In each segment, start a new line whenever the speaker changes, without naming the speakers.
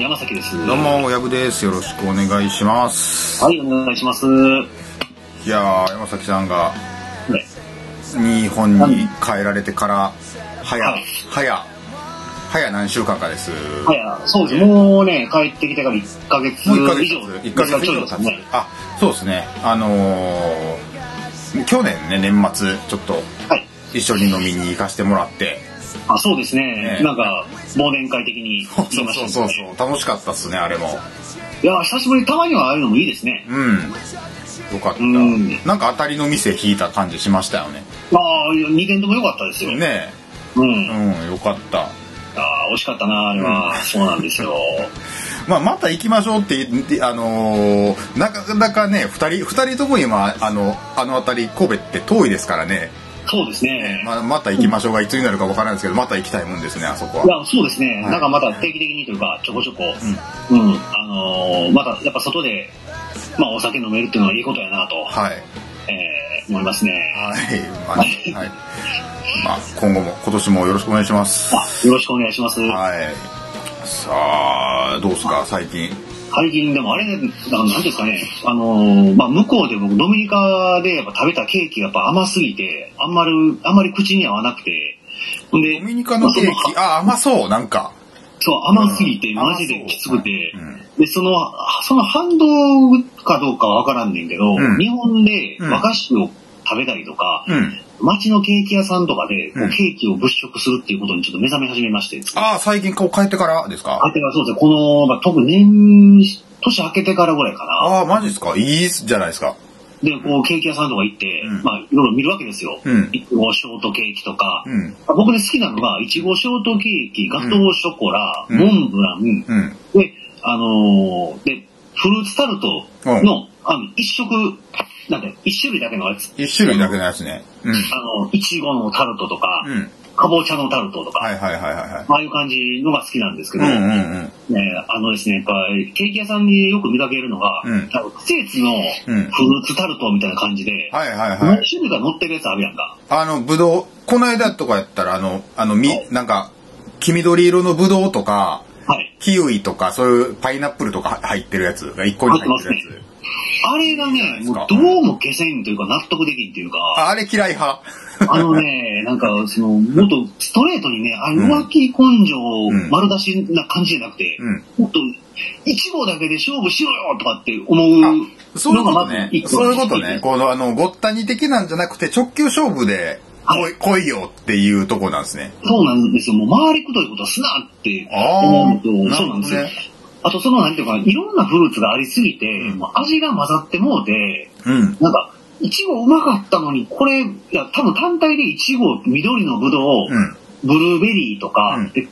山崎です。
どうも、親具です。よろしくお願いします。
はい、お願いします。はい
やー、山崎さんが日本に帰られてから、早、
はい
早、早何週間かです。
い、はい、そうです。もうね、帰ってきてから1ヶ月以
もう1ヶ
上。
月、1ヶ月
ち
以
ょい
上
です
経つ
ね。。
あ、そうですね。あのー、去年ね、年末、ちょっと
はい。
一緒に飲みに行かせてもらって、
あ、そうですね
ね。
なんか、忘年会的に
そう
言いました
そ
ね
うそうそう、楽しかったっすね、あれも。
いや、久しぶり、たまにはああいうのもいいですね。
うん。よかった。
うん
なんか当たりの店引いた感じしましたよね。
まあ、2点とも良かったですよ。
ね
う
え。
ん。
うん、よかった。
あー惜しかったな、あれは。そうなんですよ。
まあ、また行きましょうって言って、あのーなかなかね、二人、二人とも今、あの、あの辺り、神戸って遠いですからね。
そうですね。
まあ、また行きましょうがいつになるかわからないですけど、また行きたいもんですね、あそこ
い
は。
や、そうですね。
はい
なんかまた定期的にというか、ちょこちょこ、うん、あのーまたやっぱ外で、まあお酒飲めるっていうのはいいことやなと、
はい。
えー思いますね。
はい。まあ、はい。まあ、今後も、今年もよろしくお願いします。
あ、よろしくお願いします。
はい。さあ、どうすか、最近。
最近でもあれ、なんなんですかね、あのーまあ向こうで僕ドミニカでやっぱ食べたケーキがやっぱ甘すぎて、あんまり、あんまり口に合わなくて、ほんで、
ドミニカのケー
まあそ
キ、あ、甘そう、なんか。
そう、甘すぎて、
うん
マジできつくて、
甘そうはい
で、その、その反動かどうかはわからんねんけど、
うん
日本で
うん
和菓子を食べたりとか、
うん。
街のケーキ屋さんとかで、こ
う
うんケーキを物色するっていうことにちょっと目覚め始めまして。
ああ、最近こう帰ってからですか
あてはそうですね、この、まあ、特に年、年明けてからぐらいかな。
ああ、マジですかいいっすじゃないですか。
で、こう、ケーキ屋さんとか行って、
うん
まあ、いろいろ見るわけですよ。
うん
いちごショートケーキとか、
うん。
僕ね、好きなのが、いちごショートケーキ、ガトーショコラ、
うん
モンブラン、
うん。
で、あのーで、フルーツタルトの、あの、一色、なんだよ一種類だけのやつ。
一種類だけのやつね。うん。
あの、いちごのタルトとか、
うん。
かぼちゃのタルトとか、
はいはいはいはいはい。
ああいう感じのが好きなんですけ
うん
ど、
うん
ね、あのですね、やっぱ、ケーキ屋さんによく見かけるのが、
うん
あの季節のフ
う
ル
ん
ーツタルトみたいな感じで、
はいはいは
何
い。
種類か乗ってるやつあるやんか。
あの、ぶどう、この間とかやったら、あの、あの、
は
み、
い
なんか、黄緑色のぶどうとか、
はい。
キウイとか、そういうパイナップルとか入ってるやつが一個に入ってるや
入
つ。
あれがね、
いいじ
も
ゃないうですか
どうも消せんというか納得できんというか、
ああれ嫌い派。
あのね、なんか、その、もっとストレートにね、あの浮気根性
うん
丸出しな感じじゃなくて、
うん
もっと、一号だけで勝負しろよとかって思うの
あそういうこ
が
と
まず
ね
一。個
そういうことね。この、あの、ごったに的なんじゃなくて、直球勝負で、来い、来いよっていうとこなんですね。
そうなんですよ。もう回りくどいことはすなって思うと、
あー
そうなんですよ
なるほどね。
あとその、なんていうか、いろんなフルーツがありすぎて、もう味が混ざってもうて、
うん。
なんか、いちごうまかったのに、これ、いや、多分単体でいちご、緑のぶどう、
うん。
ブルーベリーとか、
うん
で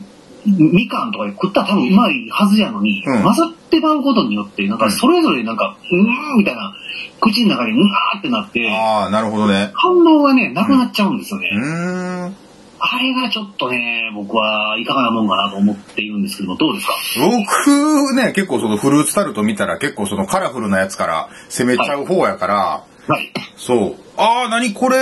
みかんとかで食ったら多分うまいはずやのに、
うん
混ざってまうことによって、なん
う
か
ん
それぞれなんか、うーんみたいな、口の中でうわーってなって、
ああ、なるほどね。
感動がね、なくなっちゃうんですよね。
うーん。
あれがちょっとね、僕はいかがなもんかなと思っているんですけども、どうですか
僕ね、結構そのフルーツタルト見たら結構そのカラフルなやつから攻めちゃう方やから、
はい。
そう。ああ、なにこれ、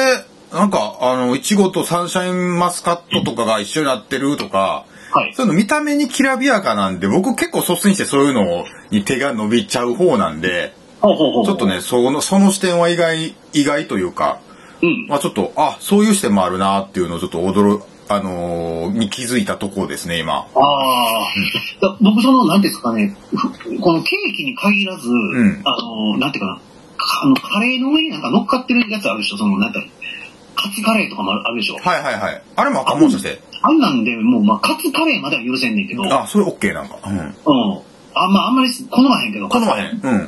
なんか、あの、いちごとサンシャインマスカットとかが一緒になってるとか、
はい。
そういうの見た目にきらびやかなんで、僕結構率先してそういうのに手が伸びちゃう方なんで、
ほうほうほう。
ちょっと。ね、その、その視点は意外、意外というか、
うん。
まあちょっと、あ、そういう視点もあるなっていうのをちょっと驚、あのーに気づいたところですね、今。
ああ、だ僕その、なんていうんですかね、ふこのケーキに限らず、
ん
あの、なんていうかな、かあの、カレーの上になんか乗っかってるやつあるでしょ、その、なんていうのカツカレーとかもあるあるでしょ。
はいはいはい。あれも赤もしかして。
あんなんで、もう、まあ、カツカレーまでは許せんねんけど、うん。
あ、それオッケーなんか。う
あ
ん。
んまあ、あんまり好まへんけど、
好まへん。うん。
う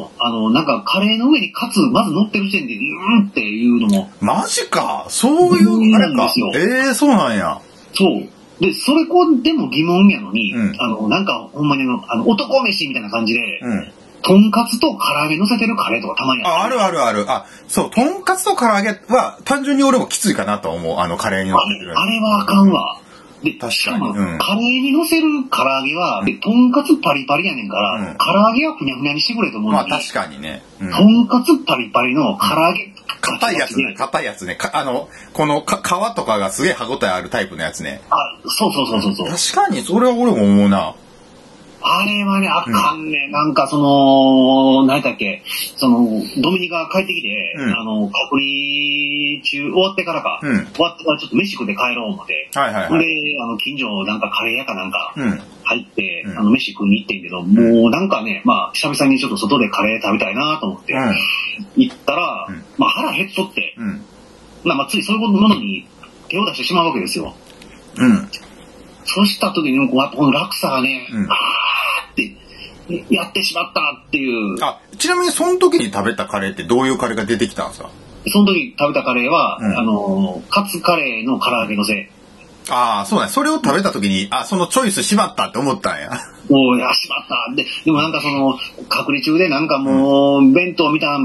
ん。あの、なんか、カレーの上にカツ、まず乗ってる時点で、うーんっていうのも、
マジか。そういう、あれか
そうなん。で
ええー、そうなんや。
そう。で、それこでも疑問やのに、
うん
あの、なんか、ほんまにあの、あの男飯みたいな感じで、
うん。
とんかつと唐揚げ乗せてるカレーとかたまに
あ、あるあるある。あ、そう、とんかつと唐揚げは、単純に俺もきついかなと思う。あの、カレーに乗っ
あ
てる
れあれはあかんわ。で、
確かに
しかも、
うん
カレーに乗せる唐揚げは、で、とんかつパリパリやねんから、
うん
唐揚げはふにゃふにゃにしてくれと思う
ま
の
あ
に、
確かにね。うん。
とんかつパリパリの唐揚げ、
硬いやつね。硬いやつね。かあの、このか皮とかがすげえ歯応えあるタイプのやつね。
あ、そうそうそうそうそう。
確かに、それは俺も思うな。
あれはね、あかんね。なんかその、何やったっけ、その、ドミニカ帰ってきて、
うん
あの、隔離中、終わってからか、
うん
終わってからちょっと飯食って帰ろう思って、
はいはい
ほん
は
で
い。、
あの、近所のなんかカレー屋かなんか
うん。
入って、
うん
あの、飯食いに行ってんけど、もうなんかね、まあ、久々にちょっと外でカレー食べたいなと思って、行ったら、
うん
まあ腹減っとって、
うん。うん。
まあ、まあ、ついそういうものに手を出してしまうわけですよ。
うん。
そうした時に、こうやっぱこの落差がね、
うん
あーって、やってしまったっていう、
あ、ちなみにその時に食べたカレーってどういうカレーが出てきたんですか
その時食べたカレーは、
うん
あの、カツカレーの唐揚げのせい。
ああ、そうね。それを食べた時に、あ、そのチョイスしまったって思ったんや。
おー、いや、しまった。で、でもなんかその、隔離中でなんかもう、弁当みたいな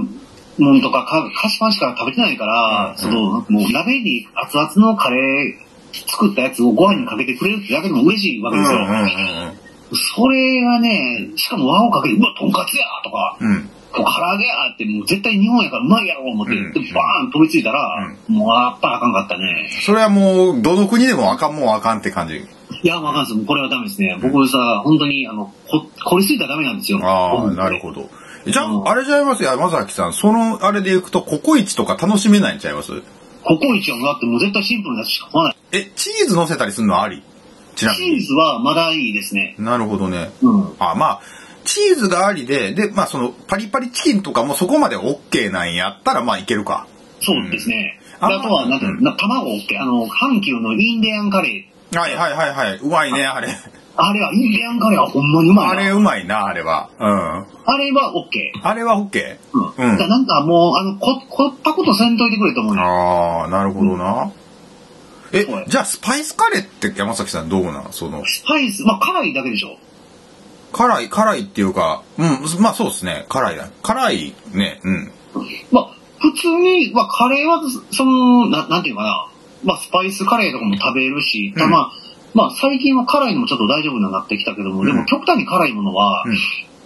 もんとか、か菓子パンしか食べてないから、
うん
その、もう鍋に熱々のカレー、作ったやつをご飯にかけてくれるってだけでも嬉しいわ
う
け
んう
です
ん
よ。
うん
それがね、しかも和をかけて、うわ、とんかつやとか、
うん。うん。
唐揚げやって、もう絶対日本やからうまいやろ思って、
うん
で、バーン飛びついたら、もうやっぱりあかんかったね。
それはもう、どの国でもあかんもんあかんって感じ。
いや、わかんないです。もうこれはダメですね。僕さ、本当に、あの、こ、凝りすぎたらダメなんですよ。
ああ、なる
ど。
ほど。じゃ
うん
あ、あれちゃいますよ、山崎さん。その、あれで行くと、ココイチとか楽しめないんちゃいます
ココイチはもうだってもう絶対シンプルなやつしか買わない。
え、チーズ乗せたりするのはありちなみ
チー
に。
ズはまだいいですね。
なるほどね。
うん。
あ、まあ、チーズがありで、で、まあその、パリパリチキンとかもそこまで OK なんやったら、まあいけるか。
そうですね。
うん
であとは、なんか、
うん
な卵 OK。あの、阪急のインディアンカレー。
はいはいはいはい。うまいね、あれ。
あれは、インディアンカレーはほんまにうまいな。
あれうまいな、あれは。う
あれは OK。
ん。あれは OK。
うん。
う
だ
ん
からなんかもう、あの、こ、凝ったことせんといてくれと思うよ。
ああ、なるほどな。え
そうや、
じゃあスパイスカレーって山崎さんどうなんその、
スパイス、まあ、辛いだけでしょ。
辛い、辛いっていうか、うん、まあそうですね、辛いだ。辛いね、うん。
まあ、普通に、まあ、カレーは、その、ななんていうかな、まあ、スパイスカレーとかも食べるし、
うん
ただまあ、まあ、最近は辛いのもちょっと大丈夫にはなってきたけども、
うん
でも極端に辛いものは
うん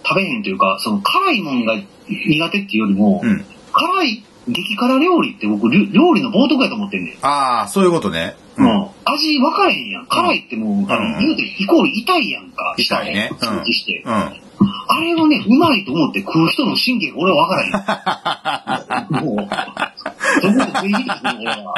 食べへんというか、その辛いものが苦手っていうよりも、
うん。
辛い激辛料理って僕、りゅ料理の冒涜やと思ってんねん。
ああ、そういうことね。う
も
ん。
う味分かれへんやん。辛いってもう、あ
うん
の、言うてイコール痛いやんか。
痛いね
舌を刺激して。
うん。
あれをね、うまいと思って食う人の神経が俺は分からへん。もう、そこで食い入ってくる俺は。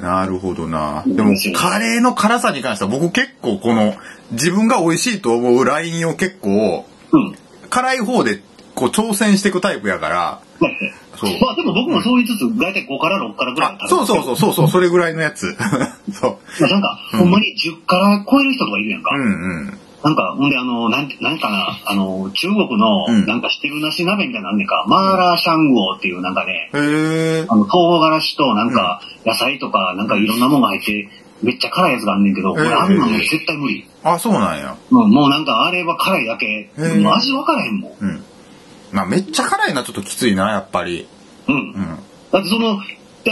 なるほどな。
うん
でも
面白、い
カレーの辛さに関しては僕結構この、自分が美味しいと思うラインを結構、
うん。
辛い方でこう挑戦していくタイプやから、
だって
そう。
まあでも僕もそう言いつつ、大体5から6からぐらい
あ、そうそう
う。
そうそうそう、それぐらいのやつ。 そう。
まあなんか、ほんまに10から超える人とかいるやんか。
うんうん。
なんか、ほんであの、なんて、なんかな、あの、中国の
うん、
なんか汁なし鍋みたいなのあんねんか、マーラーシャングオーっていうなんかね、
へえ。
あの、唐辛子となんか、野菜とか、なんかいろんなもんが入って、めっちゃ辛いやつがあんねんけど、
うん
俺あんなの絶対無理。
あ、そうなんや。
うん、もうなんかあれは辛いだけ。
うん
もう味分からへんもん。
うん。まあ、めっちゃ辛いな、ちょっときついな、やっぱり。
うん
う。ん。
だってその、だっ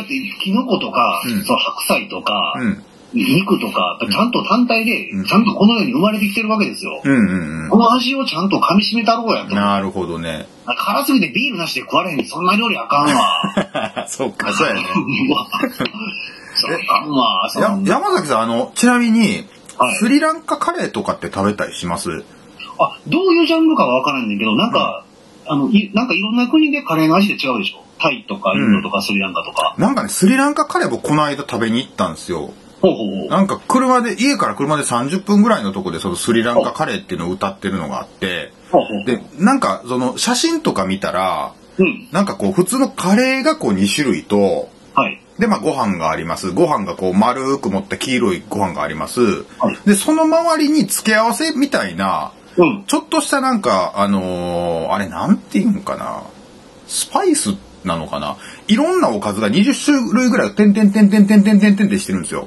てキノコとか、
うん
その白菜とか、
うん。
肉とか、やっぱちゃんと単体で
うん、
ちゃんとこの世に生まれてきてるわけですよ。
うんうん
この味をちゃんと噛み締めたろうや
うん。
と。
なるほ どね。
辛すぎてビールなしで食われへん。そんな料理あかんわ。
そうか、そうやね。
うわそうあかんわ。そ
や
んな
山崎さん、あの、ちなみに、
はい
スリランカカレーとかって食べたりします
あ、どういうジャンルかは分からんねんけど、なんか、あの、いなんかいろんな国でカレーの味で違うでしょタイとかインドとかスリランカとか。
なんかね、スリランカカレー僕この間食べに行ったんですよ。
ほうほうほう。
なんか車で、家から車で30分ぐらいのとこでそのスリランカカレーっていうのを歌ってるのがあって、
ほうほう。
で、なんかその写真とか見たら、
うん。
なんかこう普通のカレーがこう2種類と、
はい。
で、まあご飯があります。ご飯がこう丸く持った黄色いご飯があります
はい。
で、その周りに付け合わせみたいな、
うん。
ちょっとしたなんか、あのーあれなんていうんかな。スパイスなのかないろんなおかずが20種類ぐらい、てんてんてんてんてんてんてんてんてんしてるんですよ。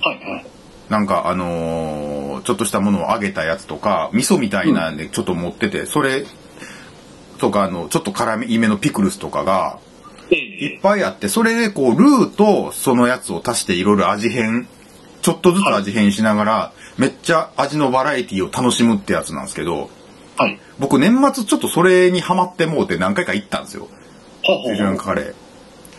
はいはい。
なんか、あのーちょっとしたものを揚げたやつとか、味噌みたいなんでちょっと持ってて、それとか、あの、ちょっと辛めのピクルスとかが、
え
い
え
っぱいあって、それでこう、ルーとそのやつを足していろいろ味変、ちょっとずつ味変しながら、めっちゃ味のバラエティを楽しむってやつなんですけど、
はい。
僕年末ちょっとそれにハマってもうて何回か行ったんですよ。
ほうほ
ス
う
リ
ほ
ラン
う。
カカレー。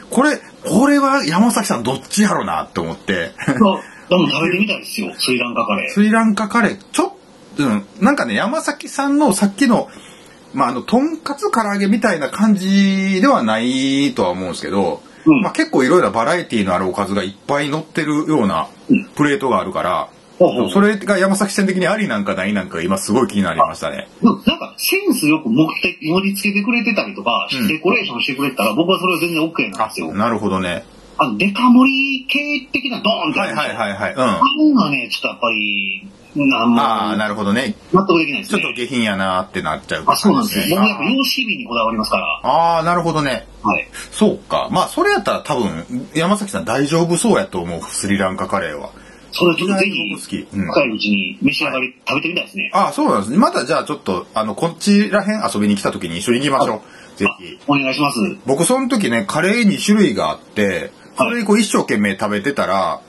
これ、これは山崎さんどっちやろなって思って、
あでも食べてみたいですよ、スリランカカレー。
スリランカカレー、ちょっうん、なんかね、山崎さんのさっきの、まあ、あの、とんかつ唐揚げみたいな感じではないとは思うんですけど、
うん
まあ、結構いろいろなバラエティのあるおかずがいっぱい乗ってるような
うん
プレートがあるから、
ほうほう
それが山崎さん的にありなんかないなんか今すごい気になりましたね。
うんなんか、センスよく盛って、盛り付けてくれてたりとか
うん、
デコレーションしてくれてたら、僕はそれは全然 OK なんですよ。
なるほどね。
あの、デカ盛り系的なドーンみた
はいい
な。
はい
い。
はいはい。うん。
あれがね、ちょっとやっぱり、あん
ああ、
ま、
なるほどね。
納得できないで
ち
す
ょっ
ね。
と下品やなーってなっちゃう
あ、そうなんですよ。僕やっぱ、
ね。
様子見にこだわりますから。
ああ、なるほどね。
はい。
そうか。まあ、それやったら多分、山崎さん大丈夫そうやと思う、スリランカカレーは。
それちょっとぜ
僕好き
ひ、
うん
若いうちに召し上がり、食べてみたいですね。
ああ、そうなんですね。またじゃあちょっと、あの、こっちら辺遊びに来た時に一緒に行きましょう。ぜひ。
お願いします。
僕、その時ね、カレー2種類があって、それでこう一生懸命食べてたら、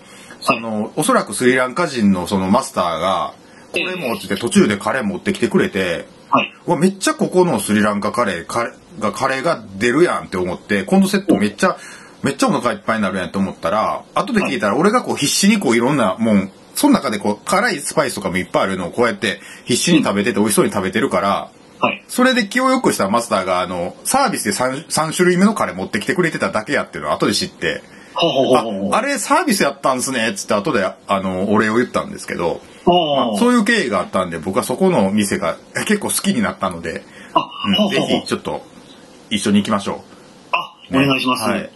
あの、おそらくスリランカ人のそのマスターが、これもって言って途中でカレー持ってきてくれて、
はい。
うわ、めっちゃここのスリランカカレー、カレーが、カレーが出るやんって思って、今度セットめっちゃ、めっちゃお腹いっぱいになるやんって思ったら、後で聞いたら俺がこう必死にこういろんなもん、その中でこう辛いスパイスとかもいっぱいあるのをこうやって必死に食べてて美味しそうに食べてるから、
はい。
それで気を良くしたマスターがあの、サービスで 3, 3種類目のカレー持ってきてくれてただけやっていうのを後で知って、
ほうほうほう
あ
ほう。、
あれサービスやったんすねっつって後であの、お礼を言ったんですけど、
ほう
そういう経緯があったんで、僕はそこの店が結構好きになったので、
あ、
うん
ほう
ぜ
ほうほう
ひ、ちょっと、一緒に行きましょ
あ、
う。
お願いします。
はい。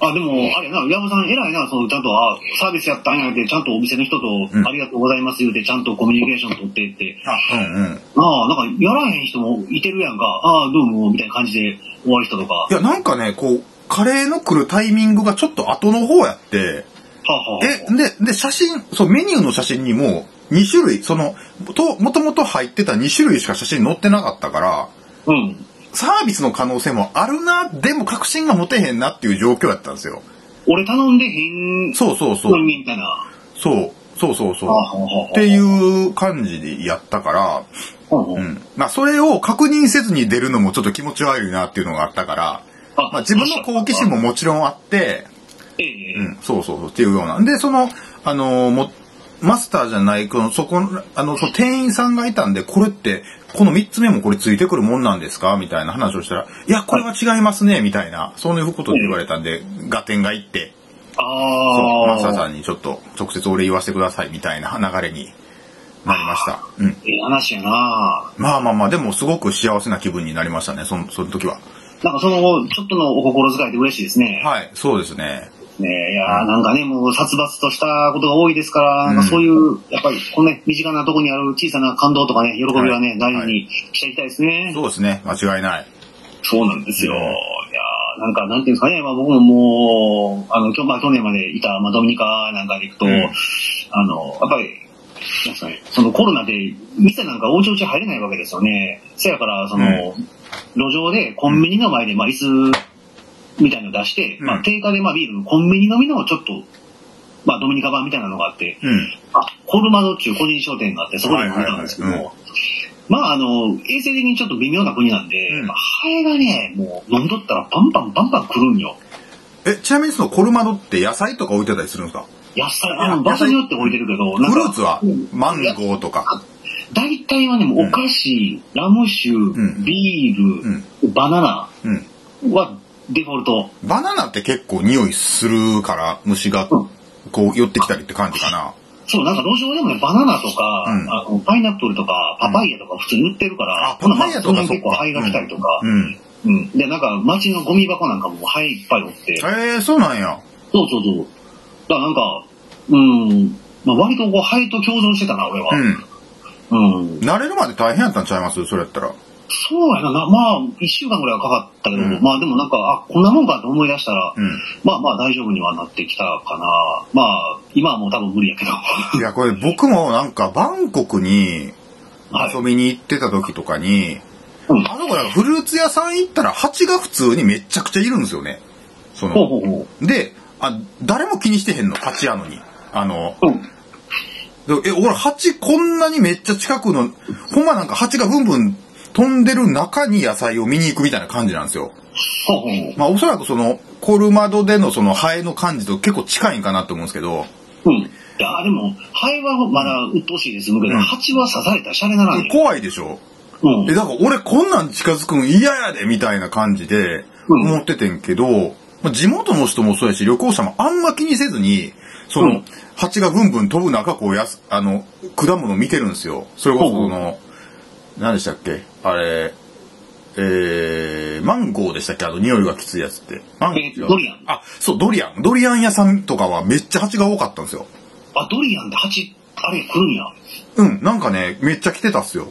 あ、でも、あれやな、山さん偉いな、その、ちゃんと、あ、サービスやったんやって、ちゃんとお店の人と
うん、
ありがとうございます言うて、ちゃんとコミュニケーション取ってって、
あ、うんうん。
ああ、なんか、やらへん人もいてるやんか、ああ、どうも、みたいな感じで終わる人とか、はい
や、なんかね、こう、カレーの来るタイミングがちょっと後の方やって、
あはあ、
え、で、で、写真、そう、メニューの写真にも、2種類、その、と、もともと入ってた2種類しか写真載ってなかったから、
うん。
サービスの可能性もあるな、でも確信が持てへんなっていう状況やったんですよ。
俺頼んでへん、
そうそうそう
の。にみたいな。あ
そう、そうそうそう。
あはあはあ
っていう感じでやったから、
うんう
うんん。まあ、それを確認せずに出るのもちょっと気持ち悪いなっていうのがあったから、
あ
まあ、自分の好奇心ももちろんあって、
ええええ
うん、そうそうそうっていうようなんで、その、あのーも、マスターじゃない、この、そこの、あの、その店員さんがいたんで、これって、この3つ目もこれついてくるもんなんですかみたいな話をしたら、いや、これは違いますね、みたいな、そういうことで言われたんで、ガテンが行って、そうマ
あ
スター
あ、
さんにちょっと、直接お礼言わせてください、みたいな流れになりました。うん。
ええ話やな
まあまあまあ、でもすごく幸せな気分になりましたね、その、その時は。
なんかその後、ちょっとのお心遣いで嬉しいですね。
はい、そうですね。
ねえ、いやーなんかね、もう殺伐としたことが多いですから、
うん
なんかそういう、やっぱり、このね、身近なとこにある小さな感動とかね、喜びはね、
はい
大事にしていきたいですね。
そうですね、間違いない。
そうなんですよ。
う
い
ん
やーなんか、なんていうんですかね、まあ僕ももう、あの、今日、まあ去年までいた、まあドミニカなんかで行くと、
うん
あの、やっぱり、なんですかね、そのコロナで、店なんかおうちおうち入れないわけですよね。せやから、その、
うん
路上でコンビニの前で、まあ椅子みたいの出して、
うん
まあ定価でまあビール、コンビニ飲みのちょっと、まあドミニカ版みたいなのがあって、
うん。
あ、コルマドっていう個人商店があって、そこで飲んでたんですけど
はいはいは
も、まあ、あの、衛生的にちょっと微妙な国なんで、
うん
まあ、ハエがね、もう飲んどったらバンバンバンバン来るんよ。
え、ちなみにそのコルマドって野菜とか置いてたりするんですか
野菜、
いや
あの、場所によって置いてるけど、
フ
なんか
ルーツは
うん
マンゴーとか。
大体はね、もうお菓子、ラム酒、
ん
ビール、バナナ
うん。
はデフォルト。
バナナって結構匂いするから虫が
うん
こう寄ってきたりって感じかな。
そう、なんか路上でもね、バナナとか、
うん
あのパイナップルとか、パパイヤとか普通に売ってるから、
あパパイヤとか
まあその辺結構
そっか
ハエが来たりとか、
うん。
うん。で、なんか街のゴミ箱なんかもハエいっぱいおって、
えー、そうなんや。
そうそうそう。だからなんか、うん、まあ、割とこう、ハエと共存してたな、俺は
う。ん。
うん。
慣れるまで大変やったんちゃいますそれやったら。
そうやな、まあ、一週間ぐらいはかかったけど、
うん
まあでもなんか、あ、こんなもんかと思い出したら、
うん。
まあまあ大丈夫にはなってきたかな。まあ、今はもう多分無理やけど。
いや、これ僕もなんかバンコクに
はい
遊びに行ってた時とかに、
うん
あの子なんかフルーツ屋さん行ったら蜂が普通にめちゃくちゃいるんですよね。そ
ほう
の、
ほうほ
で、あ、誰も気にしてへんの、蜂やのに。あの、
う。うん。
でえ、俺、蜂こんなにめっちゃ近くの、ほんまなんか蜂がブンブン飛んでる中に野菜を見に行くみたいな感じなんですよ。
ほうほう
まあ、おそらくその、コルマドでのそのハエの感じと結構近いんかなと思うんですけど、
ほう。うん。であ、でも、ハエはまだ鬱陶しいですけど、
うん
ハチは刺されたらシャレならんよ。
怖いでしょ
うん。
え、だから俺こんなん近づくん嫌やでみたいな感じで
うん
思っててんけど、まあ地元の人もそうやし、旅行者もあんま気にせずに、そうの
ん、
蜂がブンブン飛ぶ中、こうやす、あの、果物見てるんですよ。それこそ
ほ
そうの、何でしたっけあれ、えー、マンゴーでしたっけあの匂いがきついやつって。マンゴー
えドリアン
あ、そう、ドリアン。ドリアン屋さんとかはめっちゃ蜂が多かったんですよ。
あ、ドリアンってハチ、あれ来るんや。
うん、なんかね、めっちゃ来てたっすよ。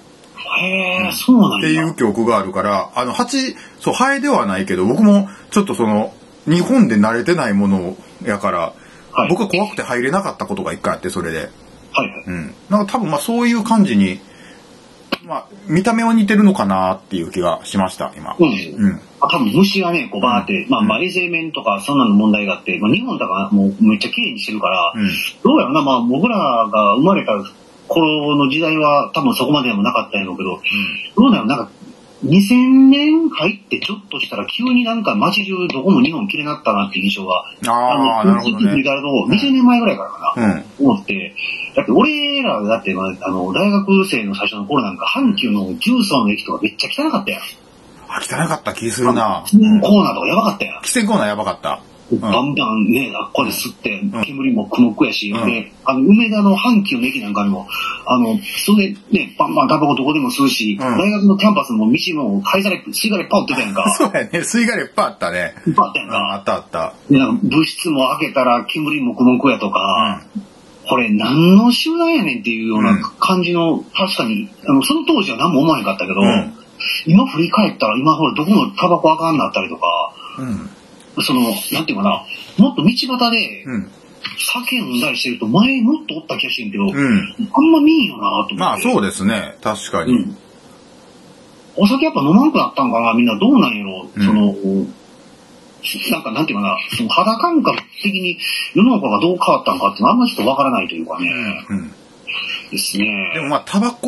へえ、そうなんや。
っていう記憶があるから、あの、蜂、そう、ハエではないけど、僕も、ちょっとその、日本で慣れてないものやから、
はい
僕は怖くて入れなかったことが一回あって、それで。
はいはい。
うん。なんか多分、まあそういう感じに、まあ、見た目は似てるのかなっていう気がしました、今。
うん。
うん。
あ多分虫がね、こうバーって、まあまあ衛生面とかそんなの問題があって、まあ日本とかもうめっちゃ綺麗にしてるから、
うん
どうやろな、まあ僕らが生まれた頃の時代は多分そこまででもなかったんやろうけど、どうだろう、なんか2000年入ってちょっとしたら急になんか街中どこも日本綺麗になったなっていう印象が、
ああ、
の、
なるほど
振り
ね。
返ると20年前ぐらいからかな。
うん。
思って、だって俺らだって、まあ、あの、大学生の最初の頃なんか、阪急の重曹の駅とかめっちゃ汚かったやん。
あ、汚かった気するな。
喫煙コーナーとかやばかったやん。
汽船コーナーやばかった。うん
バンバンね、あっこで吸って
ん、
煙もくもくやし、
うん
で、あの、梅田の阪急の駅なんかにも、あの、それね、バンバンタバコどこでも吸うし、
うん
大学のキャンパスも道も灰皿、吸い殻いっぱい売ってたやんか。
そうやね。吸い殻いっぱいあったね。
いっぱいあったや
うんん、
か。
あったあった。
でなんか物質も開けたら煙もくもくやとか、これ何の集団やねんっていうよう
うん
な感じの、確かに、あの、その当時は何も思わへんかったけど、
うん
今振り返ったら、今ほらどこもタバコあかんなったりとか、
うん。
その、なんていうかな、もっと道端で
うん。
酒飲んだりしてると前もっとおった気がしてんけど、
うん。
あんま見んよなと思って。
まあそうですね。確か
う
に。
ん。お酒やっぱ飲まんくなったんかなみんなどうなんやろ、
うん
その、なんかなんていうかな、その肌感覚的に世の中がどう変わったんかっていうのはあんまちょっとわからないというかね、
うん。
ですね。
でもまあ、タバコ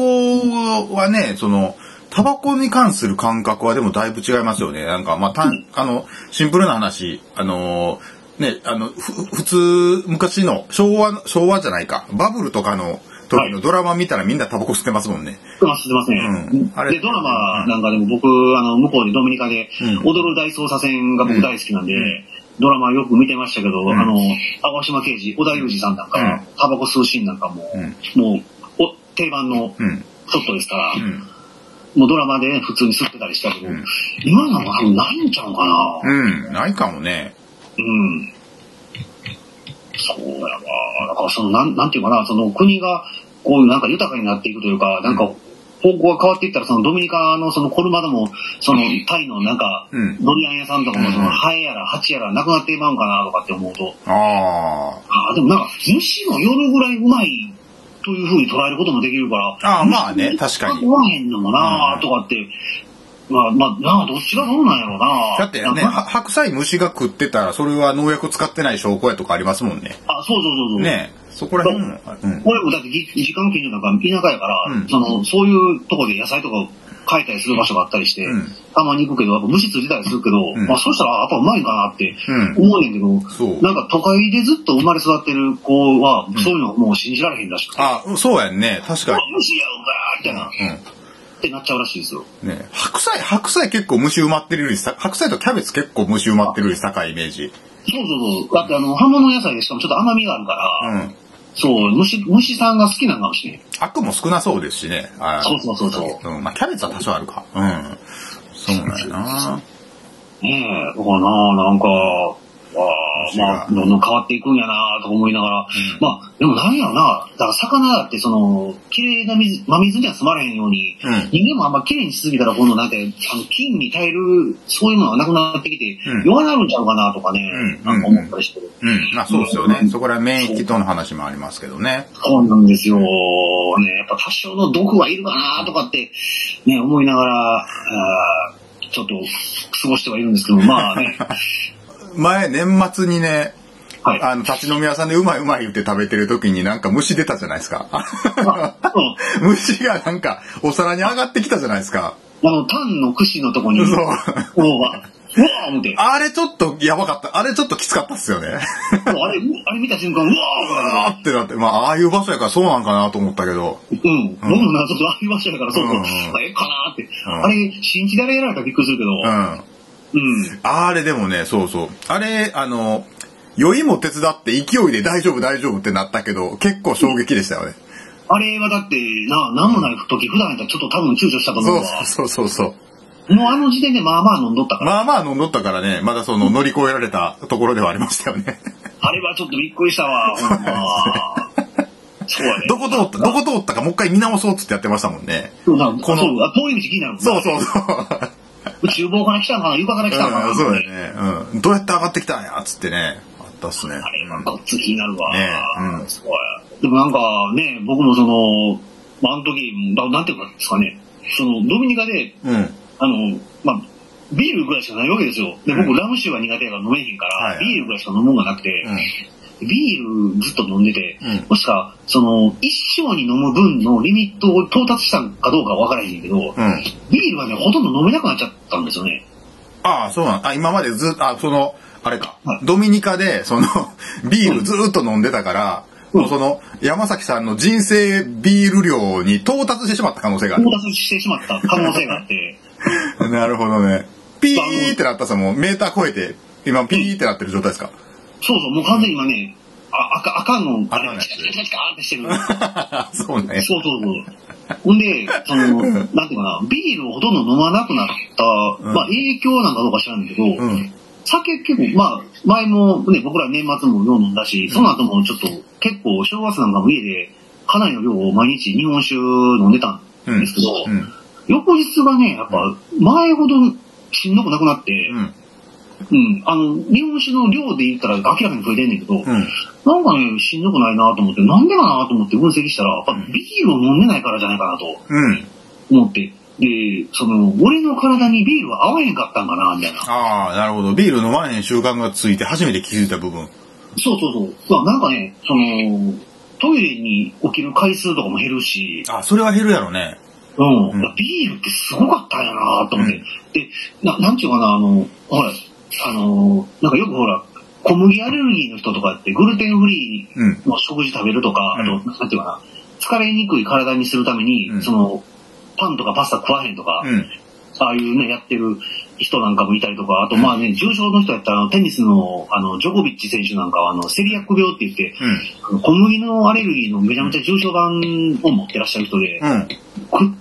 はね、その、タバコに関する感覚はでもだいぶ違いますよね。なんか、まあ、た
うん
あの、シンプルな話、あのー、ね、あの、ふ、普通、昔の、昭和の、昭和じゃないか、バブルとかの時
は
のドラマ見たらみんなタバコ吸ってますもんね。
知ってます、知ってます
う
ね
ん。あれ
で、ドラマなんかでも僕、あの、向こうでドミニカで、
うん
踊る大捜査線が
うん
僕大好きなんで、ドラマよく見てましたけど、
ん
あの、青島刑事、小田裕二さんなんか、
うん
タバコ吸うシーンなんかも、
うん
もう、お定番の
うん。
ショットですから、
うん。
もうドラマで普通に吸ってたりしたけど、
うん
今のは多分ないんちゃうかな。
うん。ないかもね。
うん。そうやわ。だからその、なん、なんていうかな、その国が、こう、なんか豊かになっていくというか、なんか、方向が変わっていったら、そのドミニカのそのコルマダも、そのタイのなんか、
うん
ドリアン屋さんとかも、そ
うん
のハエやらハチやらなくなってまうんかなとかって思うと、
あ
ああ、でもなんか、虫も夜ぐらいうまいというふうに捉えることもできるから、
あ。ああ、まあね、確かに
食。わへんのもなあとかって、まあ、まあ、なあ、どっちがそうなんやろうな
だってね、
なんか
は白菜虫が食ってたら、それは農薬使ってない証拠やとかありますもんね。
あ、そうそうそうそう。
ねそこら辺も、うん。
俺もだってぎ時間近所なんか田舎やから、
うん
その、そういうとこで野菜とかを買えたりする場所があったりして、
うん
たまに行くけど、やっぱ虫ついたりするけど、
ん
まあそうしたらやっぱうまいんかなって
うん
思うねんけど、
そう
なんか都会でずっと生まれ育ってる子は、そういうのもう信じられへんらしくて、
あ、そうやんね。確かに。
虫やろかーってな、ってなっちゃうらしいですよ。
うん。ね白菜、白菜結構虫埋まってるよりさ、白菜とキャベツ結構虫埋まってるより高いイメージ。
そうそうそう。だってあの、葉物野菜でしかもちょっと甘みがあるから、
うん。
そう、虫、虫さんが好きなのかもしれん。
悪も少なそうですしね。あ。
そうそうそうそう
うん。まあ、キャベツは多少あるか。うん。そうなんやな。
ねえ、だからな、なんか、わあまあ、どんどん変わっていくんやなとか思いながら、
うん
まあ、でもなんやろな、だから魚だってその、綺麗な水、真水には住まれへんように、
うん
人間もあんま綺麗にしすぎたら、今度なんて、あの、菌に耐える、そういうのがなくなってきて、
うん
弱なるんちゃうかなとかね、
うん
なんか思ったりしてる。
うん。まあ、そうですよね
う。ん
そこら免疫との話もありますけどね。
そうなんですよ。ね、やっぱ多少の毒はいるかなとかって、ね、思いながら、あーちょっと過ごしてはいるんですけど、まあ ね、
前、年末にね、
はい。
あの、立ち飲み屋さんでうまいうまい言って食べてる時になんか虫出たじゃないですか。
うん
虫がなんかお皿に上がってきたじゃないですか。
あの、タンの串のとこに、
そう
こううわー思っ て。
あれちょっとやばかった。あれちょっときつかったっすよね。
もうあれ、うあれ見た瞬間、うわー
あーってなって、まあ、ああいう場所やからそうなんかなと思ったけど。
うん。僕もな、ちょっとありましたから、そうそう。
うん
まあええかなーって。
ん
あれ、信じられやられたらびっくりするけど。
うん。あ
うん。
れでもね、そうそう。あれ、あの、酔いも手伝って勢いで大丈夫大丈夫ってなったけど、結構衝撃でしたよね。
あれはだって、な、なんもない時、普段やったらちょっと多分躊躇したと思う
そ
わ
う。そうそうそう。
もうあの時点でまあまあ飲んどったから。
まあまあ飲んどったからね、まだその乗り越えられたところではありましたよね。
あれはちょっとびっくりした わ、ほんま。そうやね。
どこ通った、どこ通ったかもう一回見直そうっつってやってましたもんね。
そうなん
こ
この、
の
そうあ通り道気になるもん
そうそうそう。
う。厨房から来たのかな床から来たのか
う
なん
そうだよね。うん。どうやって上がってきたんやっつってね。あったっすね。
あれはごっつ気になるわ。
ねえうん
すごい。でもなんかね、僕もその、まああの時、ななんていうんですかね、その、ドミニカで、
うん。うん。
あの、まあ、ビールぐらいしかないわけですよ。で、僕、
うん
ラム酒が苦手やから飲めへんから、
はいはい
ビールぐらいしか飲むもんがなくて、ビールずっと飲んでて、
うん
もしか、その、一生に飲む分のリミットを到達したんかどうかは分からへんけど、
うん。
ビールはね、ほとんど飲めなくなっちゃったんですよね。
ああ、そうなん。あ、今までずっと、あ、その、あれか
は。い
ドミニカで、その、ビールずっと飲んでたから、
うん
もうその、山崎さんの人生ビール量に到達してしまった可能性がある
到。達してしまった可能性があって、
なるほどね。ピーってなったさ、もうメーター超えて、今ピーってなってる状態ですか
そうそう、もう完全に今ね、あ赤赤の、あれ
赤のや
が
つ
チカチカチカチカーってしてる。
そ うね。
そうそうそう。ほんで、その、なんていうかな、ビールをほとんど飲まなくなった、
うん
まあ影響なんかどうか知らんけど、
うん。
酒結構、まあ、前もね、僕ら年末もよう飲んだし、その後もちょっと、結構正月なんかも家で、かなりの量を毎日日本酒飲んでた
うん
ですけど、
うん。
翌日がね、やっぱ、前ほどしんどくなくなって、
うん。
うん、あの、日本酒の量で言ったら明らかに増えてんねんけど、
うん。
なんかね、しんどくないなと思って、なんでかなと思って分析したら、やっぱビールを飲んでないからじゃないかなと
うん。
思って、で、その、俺の体にビールは合わへんかったんかな、みたいな。
ああ、なるほど。ビール飲まへん習慣がついて初めて気づいた部分。
そうそうそう。まあなんかね、その、トイレに起きる回数とかも減るし、
あ、それは減るやろね。
うん。
うん
ビールってすごかったんやなと思って。
うん
で、な、なんちゅうかな、あの、ほら、あの、なんかよくほら、小麦アレルギーの人とかってグルテンフリ
うん。
ーの食事食べるとか、
うん
あと、なんていうかな、疲れにくい体にするために、
うん
その、パンとかパスタ食わへんとか、
うん。
ああいうね、やってる人なんかもいたりとか、あとまあね、重症の人やったら、あのテニスの、あの、ジョコビッチ選手なんかは、あの、セリアック病って言って、
うん。
小麦のアレルギーのめちゃめちゃ重症版を持ってらっしゃる人で、
うん。
食っ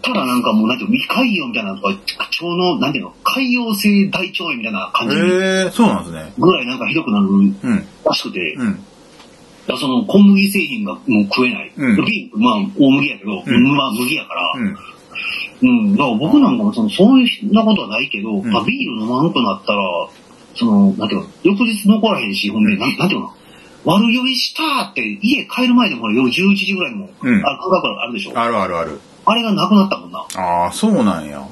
たらなんかもうなんていうの、未開業みたいなのとか、腸の、なんていうの、潰瘍性大腸炎みたいな感じ
ええ、そうなんですね。
ぐらいなんかひどくなる
うん。
らしくて、
うん。
だからその小麦製品がもう食えない。
うん
ビール、まあ大麦やけど、
うん
まあ麦やから、
うん。
うん、だから僕なんかもその、そういうなことはないけど、
ん
まあ、ビール飲まなくなったら、その、なんていうの、翌日残らへんし、ほん
う
で、
ん
なんなんていうの、悪酔いしたって、家帰る前でもほら夜11時ぐらいにも、
うん
あ、空からあるでしょ。
あるあるある。
あれがなくなったもんな。
ああ、そうなんや。
うん。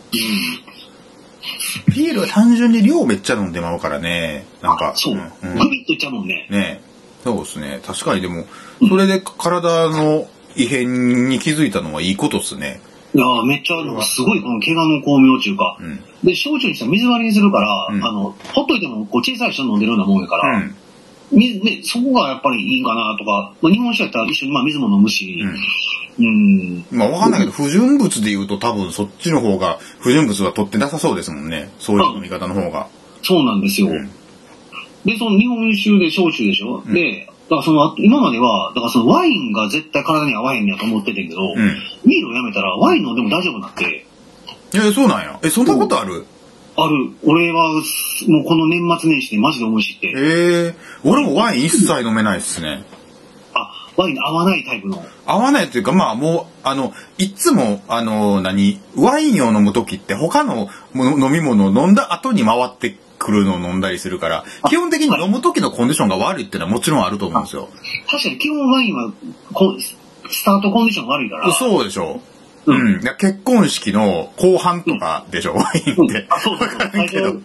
ビールは単純に量めっちゃ飲んでまうからね。なんか。
そう。
ん
グビッといっちゃうもんね。
ねそうですね。確かにでも、それで体の異変に気づいたのはいいことっすね。
いやーめっちゃ、なんかすごいこの怪我の巧妙中か。
うん。うん。
で、焼酎にしたら水割りにするから、
うん
あの、ほっといてもこう小さい人飲んでるようなもんやから、水ね、そこがやっぱりいいんかなとか、まあ、日本酒やったら一緒にまあ水も飲むし、うん、
まあわかんないけど、不純物で言うと多分そっちの方が、不純物は取ってなさそうですもんね。そういう飲み方の方が。
そうなんですよ。
ん
で、その日本酒で焼酎でしょ、
ん
で、だからその、今までは、だからそのワインが絶対体に合わへんねやと思っててんけど、
うん。
ビールをやめたらワイン飲んでも大丈夫になって、
いや、そうなんや。え、そんなことある
ある、俺はすもうこの年末年始でマジで思い知って、
ええ俺もワイン一切飲めないっすね。
あ、ワインに合わないタイプの。
合わないっていうか、まあもう、あの、いつも、あの、何、ワインを飲むときって他のもの飲み物を飲んだ後に回ってくるのを飲んだりするから、基本的に飲むときのコンディションが悪いっていうのはもちろんあると思うんですよ。
確かに基本ワインはこう、ススタートコンディション悪いから。う。
そうでしょう
うん
ん。いや結婚式の後半とかでしょ、ワインって
ん、。あそうそうそう。最
けど
初、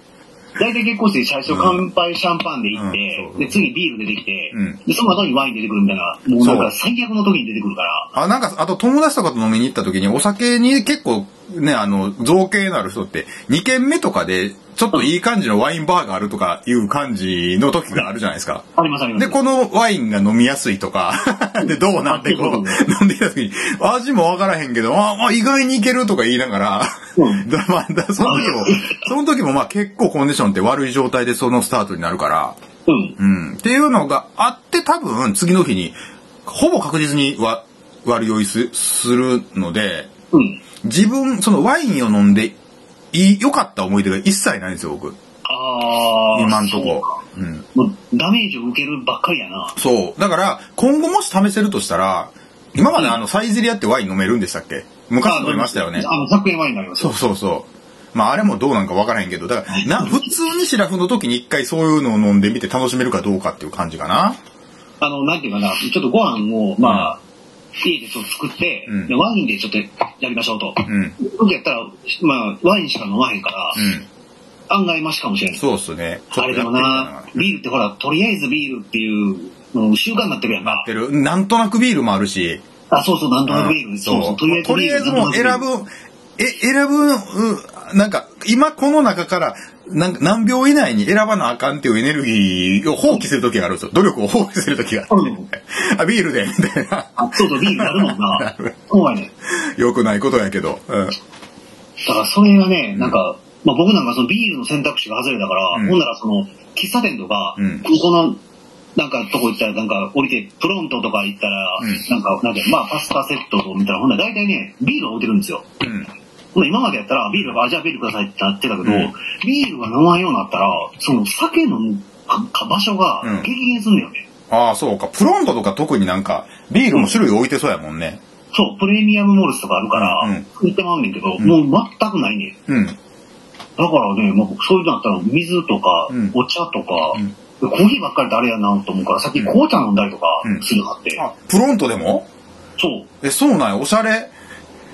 大体結婚して最初乾杯シャンパンで行って、
うんうんそうそう
で、次ビール出てきて、
うん
で、その後にワイン出てくるみたいな、もうなんか最悪の時に出てくるから。
あ、なんか、あと友達とかと飲みに行ったときにお酒に結構ね、あの、造形のある人って、2軒目とかで、ちょっといい感じのワインバーがあるとかいう感じの時があるじゃないですか。
ありますあります。
で、このワインが飲みやすいとか、 で、どうなんてこ
うん
う、飲んできた時に、味もわからへんけど、あまあ、意外にいけるとか言いながら、
うん
だまあだその時も、その時もまあ結構コンディションって悪い状態でそのスタートになるから、
うん。
うん。っていうのがあって、多分次の日に、ほぼ確実にわ割り酔いすするので、
うん。
自分、そのワインを飲んで、いい、良かった思い出が一切ないんですよ、僕。
ああ。
今んとこ
そ。
うん。
うもうダメージを受けるばっかりやな。
そう。だから、今後もし試せるとしたら、今まであの、サイゼリアってワイン飲めるんでしたっけ昔飲みましたよね。
あの、100円ワインになります。
そうそうそう。まあ、あれもどうなんかわからへんけど、だから、な、普通にシラフの時に一回そういうのを飲んでみて楽しめるかどうかっていう感じかな。
あの、なんていうかな、ちょっとご飯を、まあ、家でちょっと作って、
うん
でワインでちょっとやりましょうと。
うん。
僕やったら、まあ、ワインしか飲まへんから、
う
案外マシかもしれ
ん。
ない。
そうっすね。ちょっ
あ
と
れで
やって
も
みたい
な、ビールってほら、とりあえずビールっていう、うん習慣になってるやん
な
か
っ。てる。なんとなくビールもあるし。
あ、そうそう、なんとなくビー
う
ル。
ん
そうそう、とりあえず
と
ビ
り
ー
あえ
ル。
ずもう
なんとな
選ぶ
くビール。、
え、選ぶ、うんなんか、今この中から、なんか何秒以内に選ばなあかんっていうエネルギーを放棄する時があるんですよ。努力を放棄する時があ
う
っ
ん
て。あ、ビールで、みたいな。
あそうそう、ビールやるもん な。そうやね。
良くないことやけど。うん。
だからそれがね、なんか、まあ僕なんかそのビールの選択肢が外れだから、
うん
ほんならその、喫茶店とか、
うん
ここの、なんかとこ行ったら、なんか降りて、プロントとか行ったら、
うん
なんか、なんていうのまあパスタセットとみたいな、ほんなら大体ね、ビールが置いてるんですよ。
うん。
ほんなら今までやったら、ビールが、あ、じゃあビールくださいってなってたけど、
うん
ビールが飲まんようになったら、その酒飲むか場所が
うん
激減すんだよね。
ああ、そうか。プロントとか特になんか、ビールも種類置いてそうやもんね。
そう、プレミアムモルスとかあるから、
うん
売ってまうねんけど、
ん
もう全くないねん。
うん。
だからね、もうそういうのだったら、水とか
うん、
お茶とか、
うん
コーヒーばっかりってあれやなと思うから、さっき紅茶飲んだりとか
うん
するのあって、
あ、プロントでも
そう、
え、そうなんや。おしゃれ。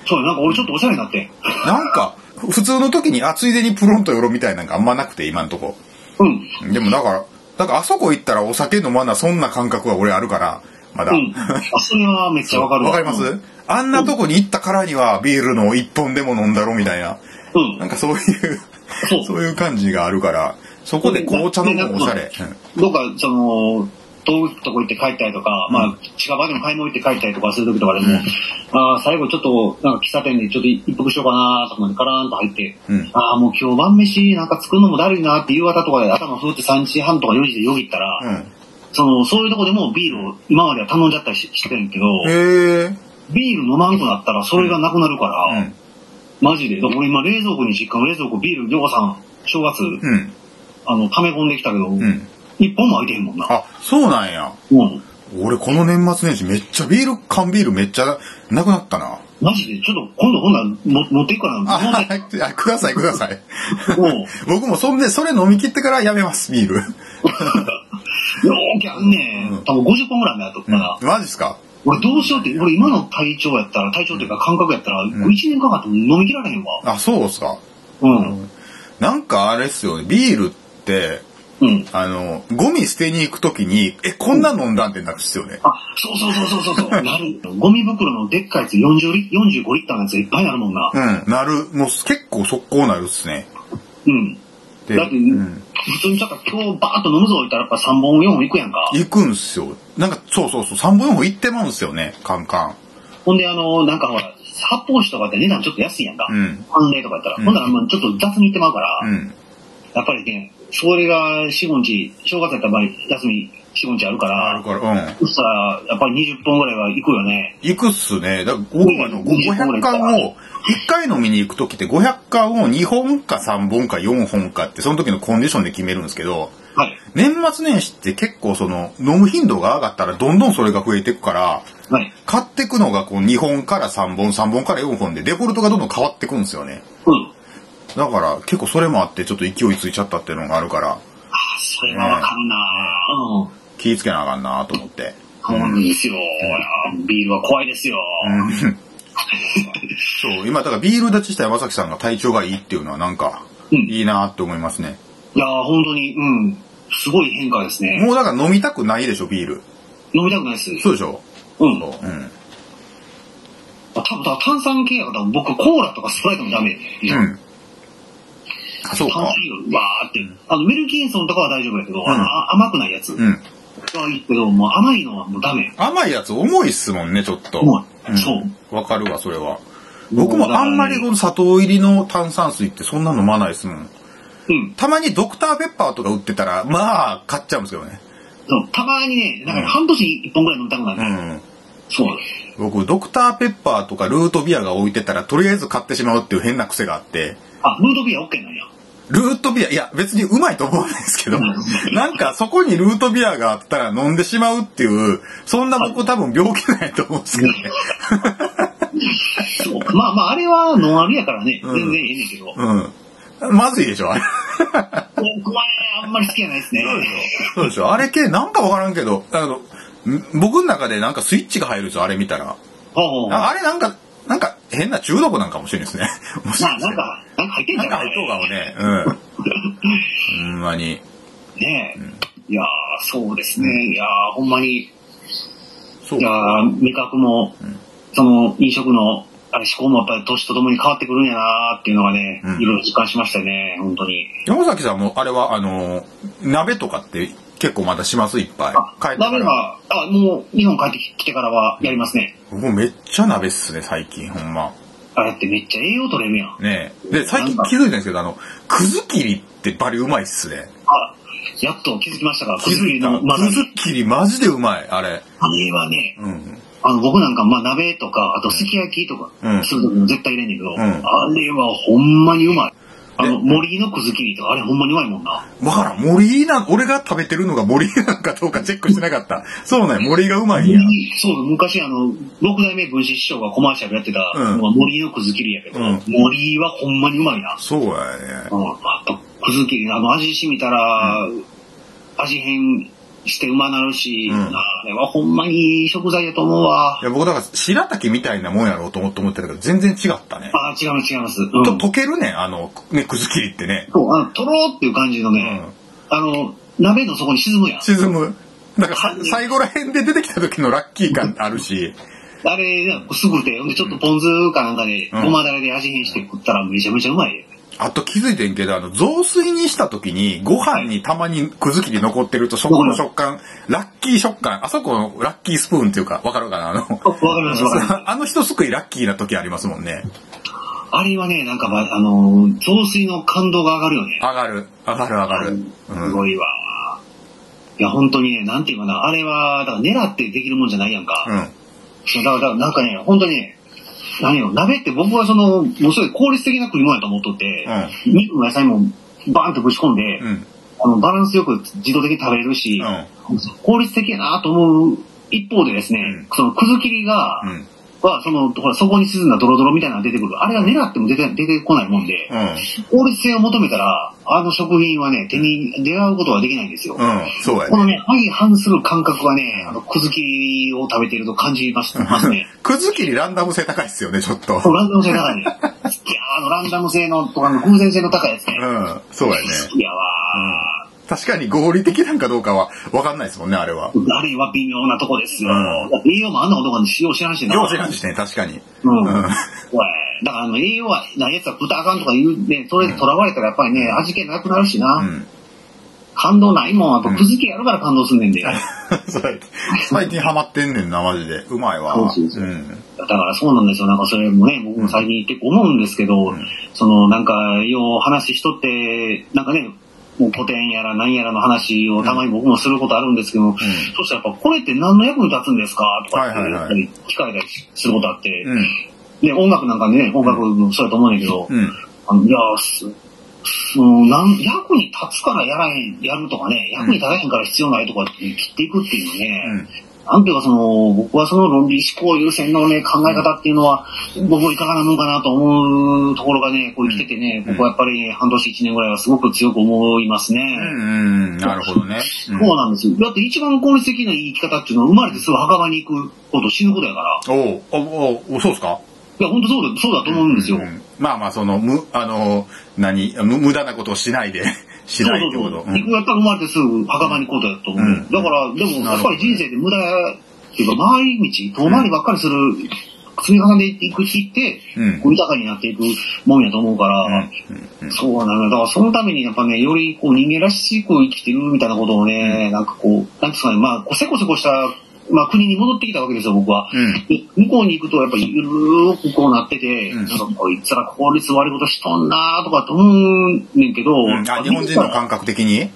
そうよなんか俺ちょっとおしゃれになって、
なんか、普通の時に、あ、ついでにプロントよろみたいなんかあんまなくて、今んとこ。
うん、
でもだから、だからあそこ行ったらお酒飲まなそんな感覚は俺あるから、まだ。
うん。あ、それはめっちゃわかる
わかります、
うん。
あんなとこに行ったからにはビールの一本でも飲んだろみたいな。なんかそう いう、
そう
そういう感じがあるから、そこで紅茶飲むのおしゃれ。う
どっか、その、遠いとこ行って帰ったりとか、
うん
まあ、近場でも買い物行って帰ったりとかするときとかでも、ああ、最後ちょっと、なんか喫茶店でちょっと一服しようかなと思って、カラーンと入って、
うん
ああ、もう今日晩飯なんか作るのもだるいなって夕方とかで頭ふーって3時半とか4時でよぎったら、
ん。うん。
その、そういうとこでもビールを今までは頼んじゃったりししてんけど、
へえ。
ビール飲まんとなったらそれがなくなるから、
うん。
マジで。だから俺今冷蔵庫に実家の冷蔵庫ビール、りょうさん、正月、
うん。
あの、溜め込んできたけど、
うん。
一本も開いてへんもんな。
あ、そうなんや。
うん。
俺この年末年始めっちゃビール、缶ビールめっちゃなくなったな。
マジで、ちょっと今度ほんならも持っていくから、
あ、
も
はいあくださいください。
う、も
僕もそんで、それ飲み切ってからやめます、ビール。
う、よーきゃんね
うん
ん。多分50本ぐらいのやっとったな。
マジっすか
俺どうしようって、俺今の体調やったら、体調っていうか感覚やったら、1年かかっても飲み切られへんわ。
あ、そうっすか。
うん。
なんかあれっすよね、ビールって、
うん。
あの、ゴミ捨てに行くときに、え、こんな飲んだんってなるっすよね。
あ、そうそうそうそうそう そう、なる。ゴミ袋のでっかいやつ40リ、45リッターのやついっぱいあるもんな
う。ん、なる。もう結構速攻なるっすね。
うん。
で、
だって、
うん、
普通にちょっと今日バーッと飲むぞ言ったらやっぱ3本4本いくやんか。
行くんすよ。なんか、そうそうそう、3本4本行ってまうんすよね、カンカン。
ほんであの、なんかほら、発泡酒とかって値段ちょっと安いやんか。
うん。
半例とかやったら。
うん
ほんならもうちょっと雑にいってまうから、
うん。
やっぱりね、それが4、5日、正月やった場合、休み4、5日あるか
ある
ら、
から、う
そ
ん。
したらやっぱり20本ぐらいはいくよね。
行くっすね。だから、僕はあの500缶を、1回飲みに行くときって500缶を2本か3本か4本かって、その時のコンディションで決めるんですけど、
はい。
年末年始って結構その、飲む頻度が上がったらどんどんそれが増えていくから、
はい。
買ってくのがこう2本から3本、3本から4本でデフォルトがどんどん変わってくんですよね。
うん。
だから結構それもあってちょっと勢いついちゃったっていうのがあるから、
あそれはわかるなぁ。うん。
気ぃつけなあかんなあと思って。
そうなんですよ。いやビールは怖いですよ。
うん。そう、今だからビール立ちした山崎さんが体調がいいっていうのはなんか、
うん
いいなあって思いますね。
いやー本当に、うん。すごい変化ですね。
もうだから飲みたくないでしょ、ビール。
飲みたくないです。
そうでしょ
うん。
そう。うん。
あ多分、炭酸系やから僕、コーラとかスプライトもダメ。
うん。あそう
炭酸。
か
量、わーって。あの、メルキンソンとかは大丈夫やけど、あのあ甘くないやつ
うん。
はいいけど、もう甘いのはもうダメ。
甘いやつ重いっすもんね、ちょっと。
重い
ん
そう。
わかるわ、それは。
もう
僕もあんま
だ
り
から
この砂糖入りの炭酸水ってそんな飲まないっすもん。
うん。
たまにドクターペッパーとか売ってたら、まあ、買っちゃうんですけどね。
そうたまにね、なん
うん
か半年に一本ぐらい飲みたくなる。
うん。
そう。
僕、ドクターペッパーとかルートビアが置いてたら、とりあえず買ってしまうっていう変な癖があって、
あ、ムードビア OK なんや。
ルートビア、いや、別にうまいと思わないですけど、
うん
なんかそこにルートビアがあったら飲んでしまうっていう、そんな僕多分病気ないと思うんですけどね。
そう。まあまあ、あれはノンアルやからね、
う
全
ん
然ええねんけど。
うん。まずいでしょ、あれ。
僕はあんまり好きじゃないですね。
そうでしょ。あれ系、なんかわからんけど、あの、ん僕の中でなんかスイッチが入るんですよ、あれ見たら。
ほうほう
ああれなんか、なんか変な中毒なんかもしれない ですね。もし
まあ、
かし
な
て
んか、なんか入ってん
な
じ
ん
ゃ
か
な
入っ
い
とうかもね。うん。ほんまに。
ねえ。いやー、そうですね。いやー、ほんまに、
そう
いやー、味覚も、その、飲食の、あれ、思考もやっぱり年とともに変わってくるんやなーっていうのがね、
うん
いろいろ実感しましたね、本当に。
山崎さんも、あれは、あの、鍋とかって結構まだします、いっぱい。帰ってか
鍋
ら。
は、あ、もう、日本帰ってきてからはやりますね。
もうめっちゃ鍋っすね、最近、ほんま。
あれってめっちゃ栄養取れるやん。
ねえで、最近気づいたんですけど、あの、くず切りってバリうまいっすね。
あ、やっと気づきましたか、くずりの、まだ
く、ず切りマジでうまい、あれ。
あれはね、
うん。
あの、僕なんか、まあ、鍋とか、あと、すき焼きとか
うん、
するときも絶対入れんねんけど、
ん
あれはほんまにうまい。あ
ね
の、森のくずきりとか、あれほんまにうまいもんな。
わからん、森な、俺が食べてるのが森なのかどうかチェックしてなかった。そうね、森がうまいんや。
そう、昔あの、六代目分子師匠がコマーシャルやってた
うん
のが森のくずきりやけど、
うん
森はほんまにうまいな。
そうやね。
うん、やっぱくずきり、あの、味しみたら、味変してうまなるし、
うん
あれはほんまにいい食材やと思うわ
い。や、僕だから、白滝みたいなもんやろうと思って思ってたけど、全然違ったね。
あ、違います、違います。う
と
ん、
溶けるね、あの、ね、くず切りってね。
そう、あの、とろーっていう感じのね、あの、鍋の底に沈むやん。
沈む。だからさ
は、い
最後ら辺で出てきた時のラッキー感あるし、
あれ、すぐて、ほんでちょっとポン酢かなんかで、
うん
ごまだれで味変して食ったらめちゃめちゃうまい。
あと気づいてんけど、あの、雑炊にした時に、ご飯にたまにくず切り残ってると、そこの食感、ラッキー食感、あそこのラッキースプーンっていうか、わかるかなあの、
あわかります、わかります。
あの人すくいラッキーな時ありますもんね。
あれはね、なんかま、あのー、雑炊の感動が上がるよね。
上がる、上がる上がる。
す
うん。
ごいわ。いや、本当にね、なんていうかな、あれは、だから狙ってできるもんじゃないやんか。
うん。
そうだから、だからなんかね、本当にね、何よ、鍋って僕はその、もうすごい効率的な食い物やと思っとって、肉も野菜もバーンとぶち込んで、
うん。
あの、バランスよく自動的に食べれるし、
うん。
効率的やなと思う一方でですね、
うん
そのくず切りが、
うん。
は、その、ほら、そこに沈んだドロドロみたいなのが出てくる。あれが狙っても出て出てこないもんで、
うん。
効率性を求めたら、あの食品はね、手に出会うことはできないんですよ。
うん。そうや
こ
ね。
のね、相反する感覚はね、あの、くず切りを食べていると感じますますね。
くず切りランダム性高いっすよね、ちょっ と。
そうランダム性高いね。いやーあの、ランダム性の、とかの偶然性の高いやつね。
うん。そうやね。
いやわ
確かに合理的なんかどうかは分かんないですもんね、あれは。
ー、あれは微妙なとこですよ。
うん
だって栄養もあんなことが使用しないしな。
よう知らんしね、確かに。
うん。
う
お
ん
いだからあの、栄養はないやつは豚あかんとか言うね、それで囚われたらやっぱりね、味気なくなるしな。
うん。
感動ないもん。やっ
うん
ぱ、くずきやるから感動すんねんで。
そう最近ハマってんねんな、マジで。うまいわ。。
そうそうそうんだからそうなんですよ。なんかそれもね、僕も最近結構思うんですけど、
ん
そのなんか、よう話しとって、なんかね、もう古典やら何やらの話をたまに僕もすることあるんですけど、そしたらやっぱ、これって何の役に立つんですかとかって
はいはい
や
はい
ったり、聞かれたりすることあって、
うん。
で、音楽なんかね、音楽もそうやと思うんだけど、
うん。
あのいやすそのなん、役に立つからやらへん、やるとかね、役に立たへんから必要ないとかって切っていくっていうのね、
うん。
なんていうかその、僕はその論理思考優先のね、考え方っていうのは、僕はいかがなもんかなと思うところがね、こう生きててね、
うん
僕はやっぱり半年一年ぐらいはすごく強く思いますね。
うん。うんなるほどね。うん
そうなんですよ。だって一番効率的な生き方っていうのは生まれてすぐ墓場に行くこと、死ぬことやから。
おうおうおうそうっすか
いや、本当そうだ、そうだと思うんですよ。
うまあまあ、その、む、あの、何、無無駄なことをしない で、しないって
そ
こ
うそう
と。
そうう。
ん
やっぱ生まれてすぐ墓場に行こうとやと思う。
うん
だから、でもや
な
っぱ
るほど
り人生で無駄っていうか、回り道、遠回りばっかりする積み重ねていくしって、
うん
こう豊かになっていくもんやと思うから、そうはなる。だからそのためにやっぱね、よりこう人間らしく生きてるみたいなことをね、なんかこう、なんていうんですかね、まあ、こうせこせこした、まあ国に戻ってきたわけですよ、僕は。
うん。
で向こうに行くとやっぱりゆるーくこうなってて、
うん
なんかこいつら効率悪いことしとんなーとかと思うねんけど、
うん。あ、日本人の感覚的に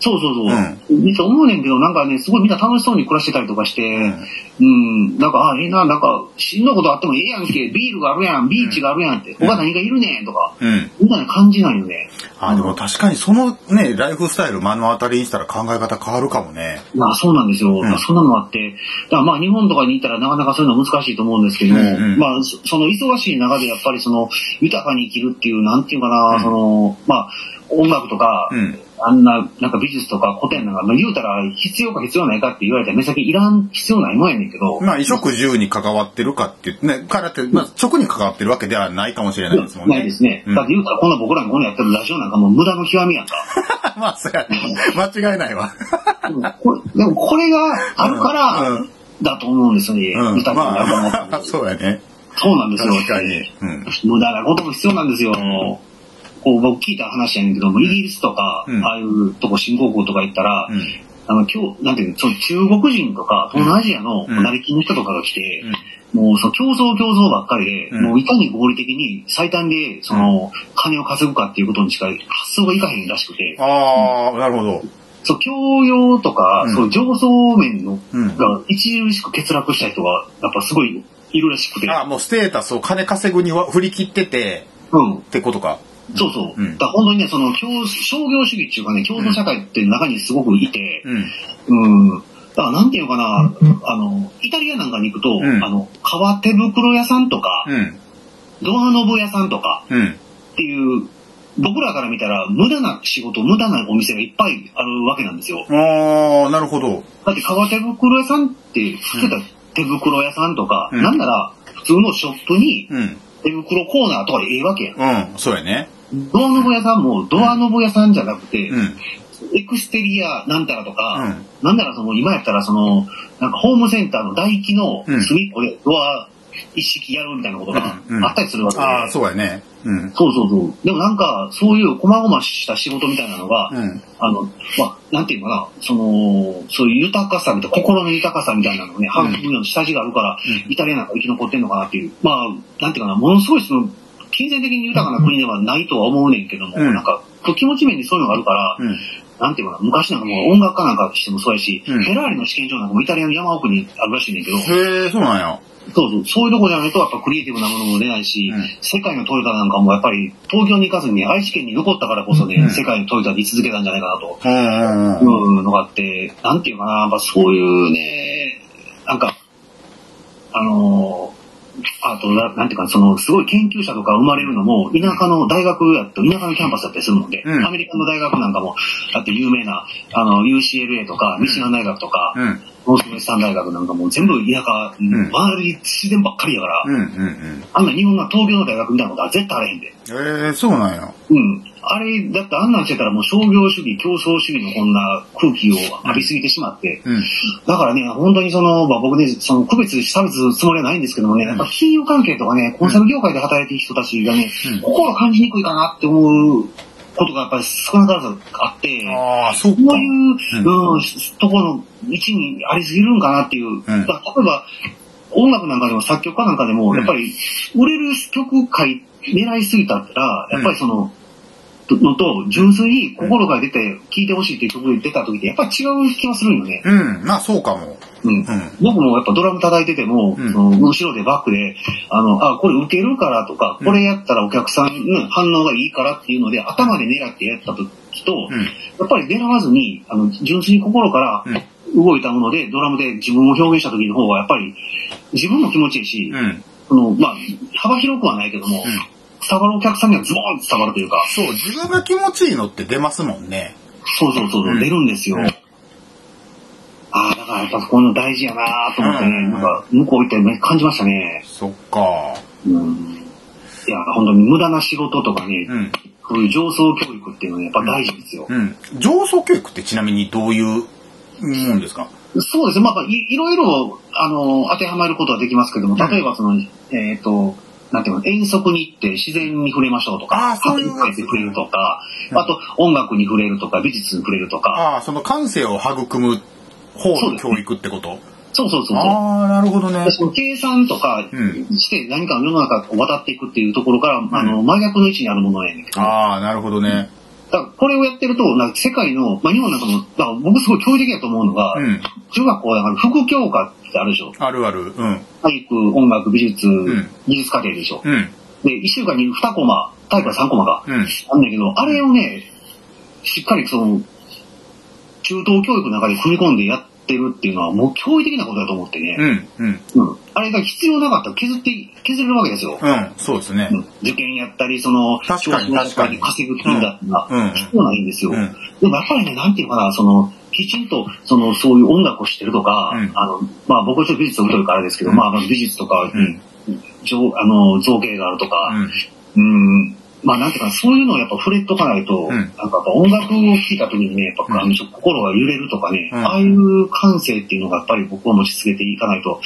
そうそうそう。実は思うねんけど、なんかね、すごいみんな楽しそうに暮らしてたりとかして、うん、なんか、あ、ええな、なんか、しんどいことあってもええやんけ、ビールがあるやん、ビーチがあるやんって、他何がいるねんとか、
うん。
みたいな感じなんよね。
あ、でも確かにそのね、ライフスタイル目の当たりにしたら考え方変わるかもね。
まあそうなんですよ。
ん
まあそんなのもあって。だからまあ日本とかにいたらなかなかそういうのは難しいと思うんですけど、
うんうん
まあそその忙しい中でやっぱりその豊かに生きるっていう、なんていうかな、
うん
その、まあ音楽とか、
うん。
あんな、なんか美術とか古典なんか、まあ、言うたら必要か必要ないかって言われたら目先いらん必要ないもんやねんけど、
まあ、衣食住に関わってるかって言ってね、からって、まあ、直に関わってるわけではないかもしれないですもんね。
ないですね。
うん
だって言うたらこんな僕らがこんなやってるラジオなんかもう無駄の極みやんか。
まあ、そりゃ、間違いないわ。
でもこれでもこれがあるから、
うん
だと思うんですよね。
うん。
豊かになるかなって
まあ、 そうやね。
そうなんですよ。
確かに。うん。
無駄なことも必要なんですよ。こう僕聞いた話やねんけども、イギリスとか、
うん
ああいうとこ、新興国とか行ったら、
うん。
あの、今日、なんていうの、その中国人とか、東南アジアの
うん
成り金の人とかが来て、もうその競争競争ばっかりで、
うん
もういかに合理的に最短で、その、金を稼ぐかっていうことにしか発想がいかへんらしくて、
ああ、なるほど。
そう、教養とか、
うん
その上層面の、
うん。
が著しく欠落した人が、やっぱすごいいるらしくて、
ああ、もうステータスを金稼ぐには振り切ってて、
うん。
ってことか。
そうそう。
うん
だから本当にね、その共、商業主義っていうかね、共同社会っていう中にすごくいて、
うん。
うん。だからなんていうのかな、あの、イタリアなんかに行くと、
ん
あの、革手袋屋さんとか、
うん。
ドアノブ屋さんとか
うん。
っていう、僕らから見たら無駄な仕事、無駄なお店がいっぱいあるわけなんですよ。
ああ、なるほど。
だって革手袋屋さんって、つけた手袋屋さんとか、
うん
なんなら普通のショップに
うん。
手袋コーナーとかでええわけやん。
うん。そうやね。
ドアノブ屋さんもドアノブ屋さんじゃなくて、
うん。
エクステリアなんたらと
う
か、
ん。
なんならその、今やったらその、なんかホームセンターの台機の
うん
隅っこでドア一式やるみたいなことが
うんうん
あったりするわけで。
ああ、そうやね。うん。
そうそうそう。でもなんか、そういう細々した仕事みたいなのが、
うん。
あの、まあ、なんていうのかな、その、そういう豊かさみたいな、心の豊かさみたいなのをね、
うん
反復の下地があるから、
う
イタリアなんか生き残ってんのかなっていう。まあ、なんていうかな、ものすごいその、金銭的に豊かな国ではないとは思うねんけども、
うん
なんか、気持ち面にそういうのがあるから、
うん。
なんていうかな、昔なんかもう音楽家なんかしてもそうやし、
うん
フェラーリの試験場なんかもイタリアの山奥にあるらしいねんだけど、
へえ、そうなんや。
そうそう、そういうとこじゃないとやっぱクリエイティブなものも出ないし、
うん
世界のトヨタなんかもやっぱり東京に行かずに愛知県に残ったからこそね、
うん
世界のトヨタに居続けたんじゃないかなと、
うんうんうん。
いうのがあって、なんていうかな、やっぱそういうね、なんか、あのーあとな、なんていうか、その、すごい研究者とか生まれるのも、田舎の大学やと、田舎のキャンパスだったりするので、
うん
アメリカの大学なんかも、だって有名な、あの、UCLA とか、ミシガン大学とか、
うん。
ノースウェスタン大学なんかも、全部田舎、
ん
周り自然ばっかりやから、
うんうんうん。
あんな日本の東京の大学みたいなことは絶対あれへんで。
ええ、そうなんや。
うん。あれ、だってあんなんしてたらもう商業主義、競争主義のこんな空気を浴びすぎてしまって、
うん。
だからね、本当にその、まあ、僕ね、その、区別、差別するつもりはないんですけどもね、やっぱ金融関係とかね、コンサル業界で働いてる人たちがね、
うん
心を感じにくいかなって思うことがやっぱり少なからずあって、
ああ、そっか
こ。ういう、
う
うん、ところの位置にありすぎるんかなっていう。
ん
だから例えば、音楽なんかでも作曲家なんかでも、
ん
やっぱり、売れる曲界狙いすぎたら、やっぱりその、のと、純粋に心が出て、聴いてほしいっていう曲で出た時って、やっぱり違う気がするんよね。
うん。まあ、そうかも。
うん
う。ん。
僕もやっぱドラム叩いてても、
うん
その後ろでバックで、あの、あ、これ受けるからとか、これやったらお客さんの反応がいいからっていうので、頭で狙ってやった時と、
うん。
やっぱり狙わずに、あの、純粋に心から
うん
動いたもので、ドラムで自分を表現した時の方が、やっぱり自分も気持ちいいし、
うん。
その、まあ、幅広くはないけども、
うん
伝わるお客さんにはズボンって伝わるというか、
そう、自分が気持ちいいのって出ますもんね。
そうそうそう、
うん
出るんですよ。
うん
ああ、だからやっぱこういうの大事やなと思ってね、
うん
なんか、向こう行ってね感じましたね。
そっか。
うん。いや、本当に無駄な仕事とかね、
うん。
こういう上層教育っていうのはやっぱ大事ですよ。
うん。上層教育ってちなみにどういうもんですか
そうですね。まあまあ、いいろいろ、あの、当てはまることはできますけども、例えばその、えっ、と、なんていうの、遠足に行って自然に触れましょうとか、
あーそういうやつ
に触れるとか、
うん
あと音楽に触れるとか、美術に触れるとか、
ああ、その感性を育む方の教育ってこと
そうそうそうそう。
ああ、なるほどね
で。その計算とか
うん
して何か世の中を渡っていくっていうところから、あ
う
の、真逆の位置にあるものやねんけど、だか
ああ、なるほどね。
らこれをやってると、なんか世界の、まあ日本なんかも、だから僕すごい驚異的だと思うのが、
うん。
中学校だから副教科ってあるでしょ。
あるある。うん。
体育、音楽、美術、
ん
技術課程でしょ。
うん。
で、1週間に2コマ、体育は3コマが、
うん。
あんだけど、あれをね、しっかりその、中等教育の中で組み込んでやってるっていうのは、もう驚異的なことだと思って
う
ね。
ん。うん。
うん。あれが必要なかったら削って、削れるわけですよ。
うん。そうですね
う。ん受験やったり、その、
確かに
奨学金
確かに
稼ぐ金だったら、
うんうん
必要ないんですよ。
うん。
でもやっぱりね、なんていうかな、その、きちんと、その、そういう音楽をしてるとか、
うん
あの、まあ僕はちょっと美術を疎いからあれですけど、
うん
まあまあ美術とか、
うん。
造あの造形があるとか、
うん。
うん、まあなんていうか、そういうのをやっぱ触れとかないと、
うん
なんかやっぱ音楽を聴いた時にね、やっぱ、
うん
あのちょっと心が揺れるとかね、
うん
ああいう感性っていうのがやっぱり僕は持ち続けていかないと、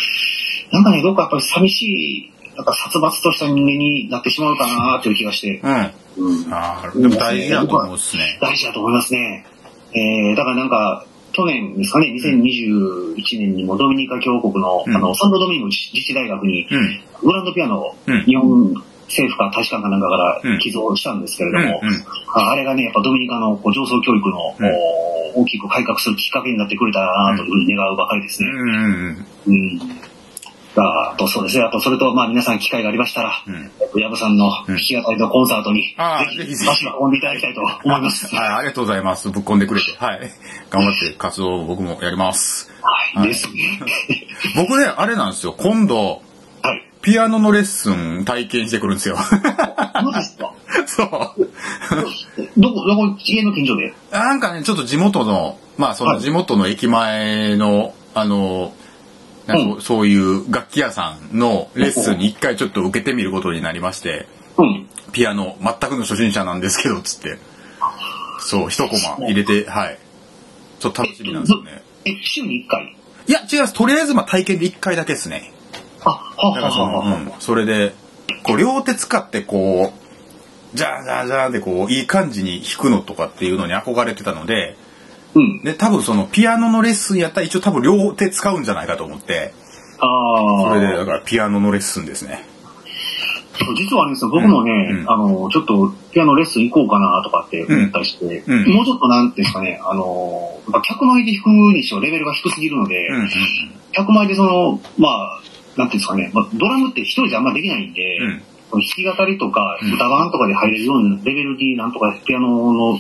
なんかね、どっかやっぱり寂しい、なんか殺伐とした人間になってしまうかなという気がして、
うん。あ
うん、
あ、でも大事だと思うっすね。
大事だと思いますね。えー、だからなんか、去年ですかね、2021年にもドミニカ共和国の、
うん
あの、サンドドミニク自治大学に、
うん。
グランドピアノを
うん。
日本政府か大使館かなんかから寄贈したんですけれ
う
ど
ん
も、。ああれがね、やっぱドミニカのこう上層教育の、
うん
お大きく改革するきっかけになってくれたらなというふうに願うばかりです
う
ね。
ん。うん。
うん。ああとそうですね。あとそれと、まあ皆さん機会がありましたら、
うん。
矢部さんの弾き語りのコンサートに、
ああ
ぜ
ぜひ
ひ
ぜひ
足を運んでいただきたいと思います。
はい、ありがとうございます。ぶっこんでくれて。はい。頑張って活動を僕もやります。
はい。ですね。
僕ね、あれなんですよ。今度、
はい。
ピアノのレッスン体験してくるんですよ。
どうですか
そう。
どこ、どこ、家の近所で
なんかね、ちょっと地元の、まあその地元の駅前の、あの、なんか
う
そういう楽器屋さんのレッスンに一回ちょっと受けてみることになりまして、
うん。
ピアノ、全くの初心者なんですけど、つって。そう、一コマ入れて、はい。ちょっと楽しみなんですよね。
え、週に1回
いや、違います。とりあえず、まあ体験で一回だけですね。
あ、は
だ
あ
から
は
そ
あ
の、
はあは
うん、それで、こう、両手使ってこう、じゃあじゃあじゃあでこう、いい感じに弾くのとかっていうのに憧れてたので、
うん。
で、多分その、ピアノのレッスンやったら一応多分両手使うんじゃないかと思って、
ああ。
それで、だからピアノのレッスンですね。
実はあれですよ、僕もね、
うんうん
あの、ちょっとピアノレッスン行こうかなとかって思ったりして、
うんうん
もうちょっとなんていうんですかね、あの、やっぱ客前で弾くにしろレベルが低すぎるので、
うん、うん、
客前でその、まあ、なんていうんですかね、まあ、ドラムって一人じゃあんまできないんで、
うん、
弾き語りとか
うん
歌番とかで入れるようなレベルになんとかピアノの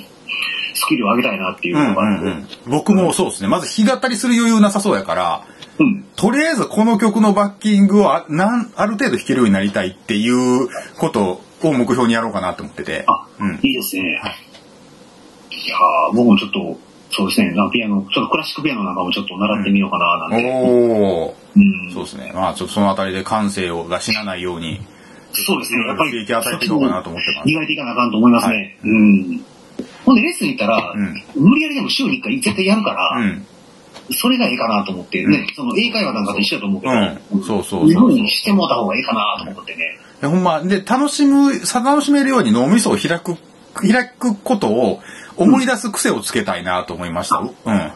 スキルを上げたいなっていう
う
の
ん、
があって、
うんうん。僕もそうですね。まず弾き語りする余裕なさそうやから、
うん
とりあえずこの曲のバッキングをあなんある程度弾けるようになりたいっていうことを目標にやろうかなと思ってて。
あ
うん。
いいですね。
はい
いやー僕もちょっと、そうですね、なんかピアノ、ちょっとクラシックピアノなんかもちょっと習ってみようかななんて。
おー。
うん
そうですね。まあ、ちょっとそのあたりで感性をが死なないように、
そうですね。やっぱり、
刺激を与えていこうかなと思ってます。
磨いていかなあかんと思いますね。
はい
うん。ほんで、レッスン行ったら、
うん。
無理やりでも週に1回絶対やるから、
うん。
それがええかなと思ってね、その英会話なんかと一緒だと思うけど、
うん。そうそう
日
そ
本
う。
にしてもうた方がええかなと思ってね。
でほんま、で、楽しむ、さ楽しめるように脳みそを開く、開くことを思い出す癖をつけたいなと思いました。うん。
あ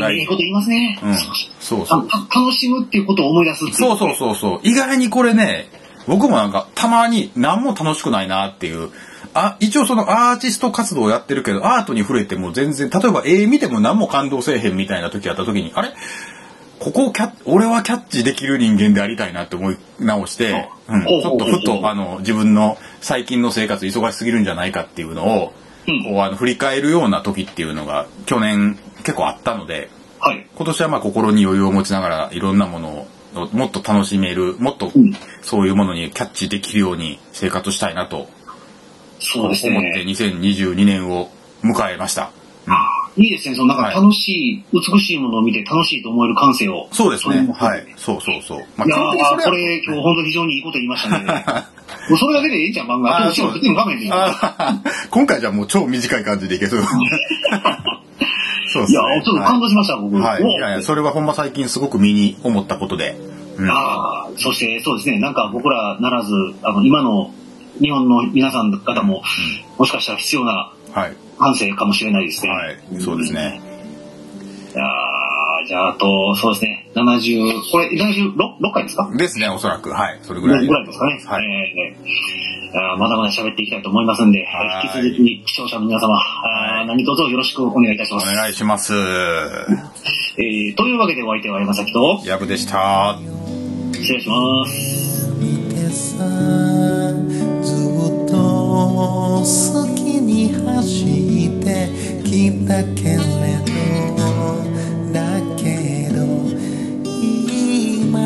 あ、ええこと言いますね。
うん。そうそう。
あた楽しむっていうことを思い出すってい
そうそうそうそう。意外にこれね、僕もなんかたまに何も楽しくないなっていう。あ、一応そのアーティスト活動をやってるけど、アートに触れても全然、例えば絵見ても何も感動せえへんみたいな時あった時に、あれここをキャッ俺はキャッチできる人間でありたいなって思い直して、うん、ち
ほうほ
ょ
うほ
っと
う
ふとあの自分の最近の生活忙しすぎるんじゃないかっていうのを、
うん
こうあの振り返るような時っていうのが去年結構あったので、
はい。
今年はまあ心に余裕を持ちながらいろんなものをもっと楽しめる、もっと
うん
そういうものにキャッチできるように生活したいなと
そう
思っ
です
て
ね。
2022年を迎えました。
いいですね。そのなん
はい
か楽しい、美しいものを見て楽しいと思える感性を。
そうです
れ
ね。
も
はい。そうそうそう。ま
いやー、こ
れ
れ、今日本当に非常にいいこと言いま したね。もうそれだけでええじゃん、漫画。
あー
あと、ちろん、別に画面でいい。
あー今回じゃあもう超短い感じでいけそう。そうです
い
ね
や、ちょっと感動しました、僕。
はい。
お
いやいや、それはほんま最近すごく身に思ったことで。うん。
ああ、そしてそうですね、なんか僕らならず、あの、今の日本の皆さん方も、もしかしたら必要な
はい。
反省かもしれないですね。
はい。そうですね。
いやーじゃあ、あと、そうですね、70、これ、76 6回ですか
ですね、おそらく。はい。それぐ
ぐら
らい。
いですかね。
はい
えーあーまだまだ喋っていきたいと思いますんで、
はい
引き続きに視聴者の皆様、あー何卒よろしくお願いいたし
お
ます。
願いします。
えーというわけでお相手は山崎と、
ヤブでした。
失礼します。
見てさずっと好きに走ってきたけれどだけど今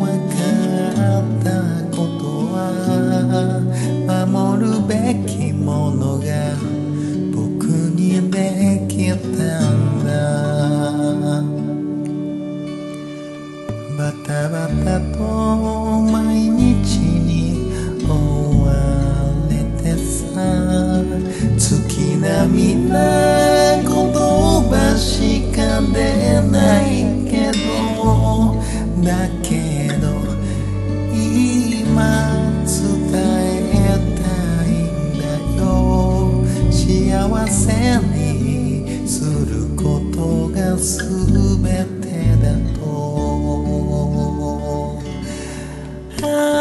わかったことは守るべきものが僕にできたんだバタバタと毎日に追われてさ月並みな言葉しか出ないけどだけど今伝えたいんだよ幸せにすることが全てだと Ah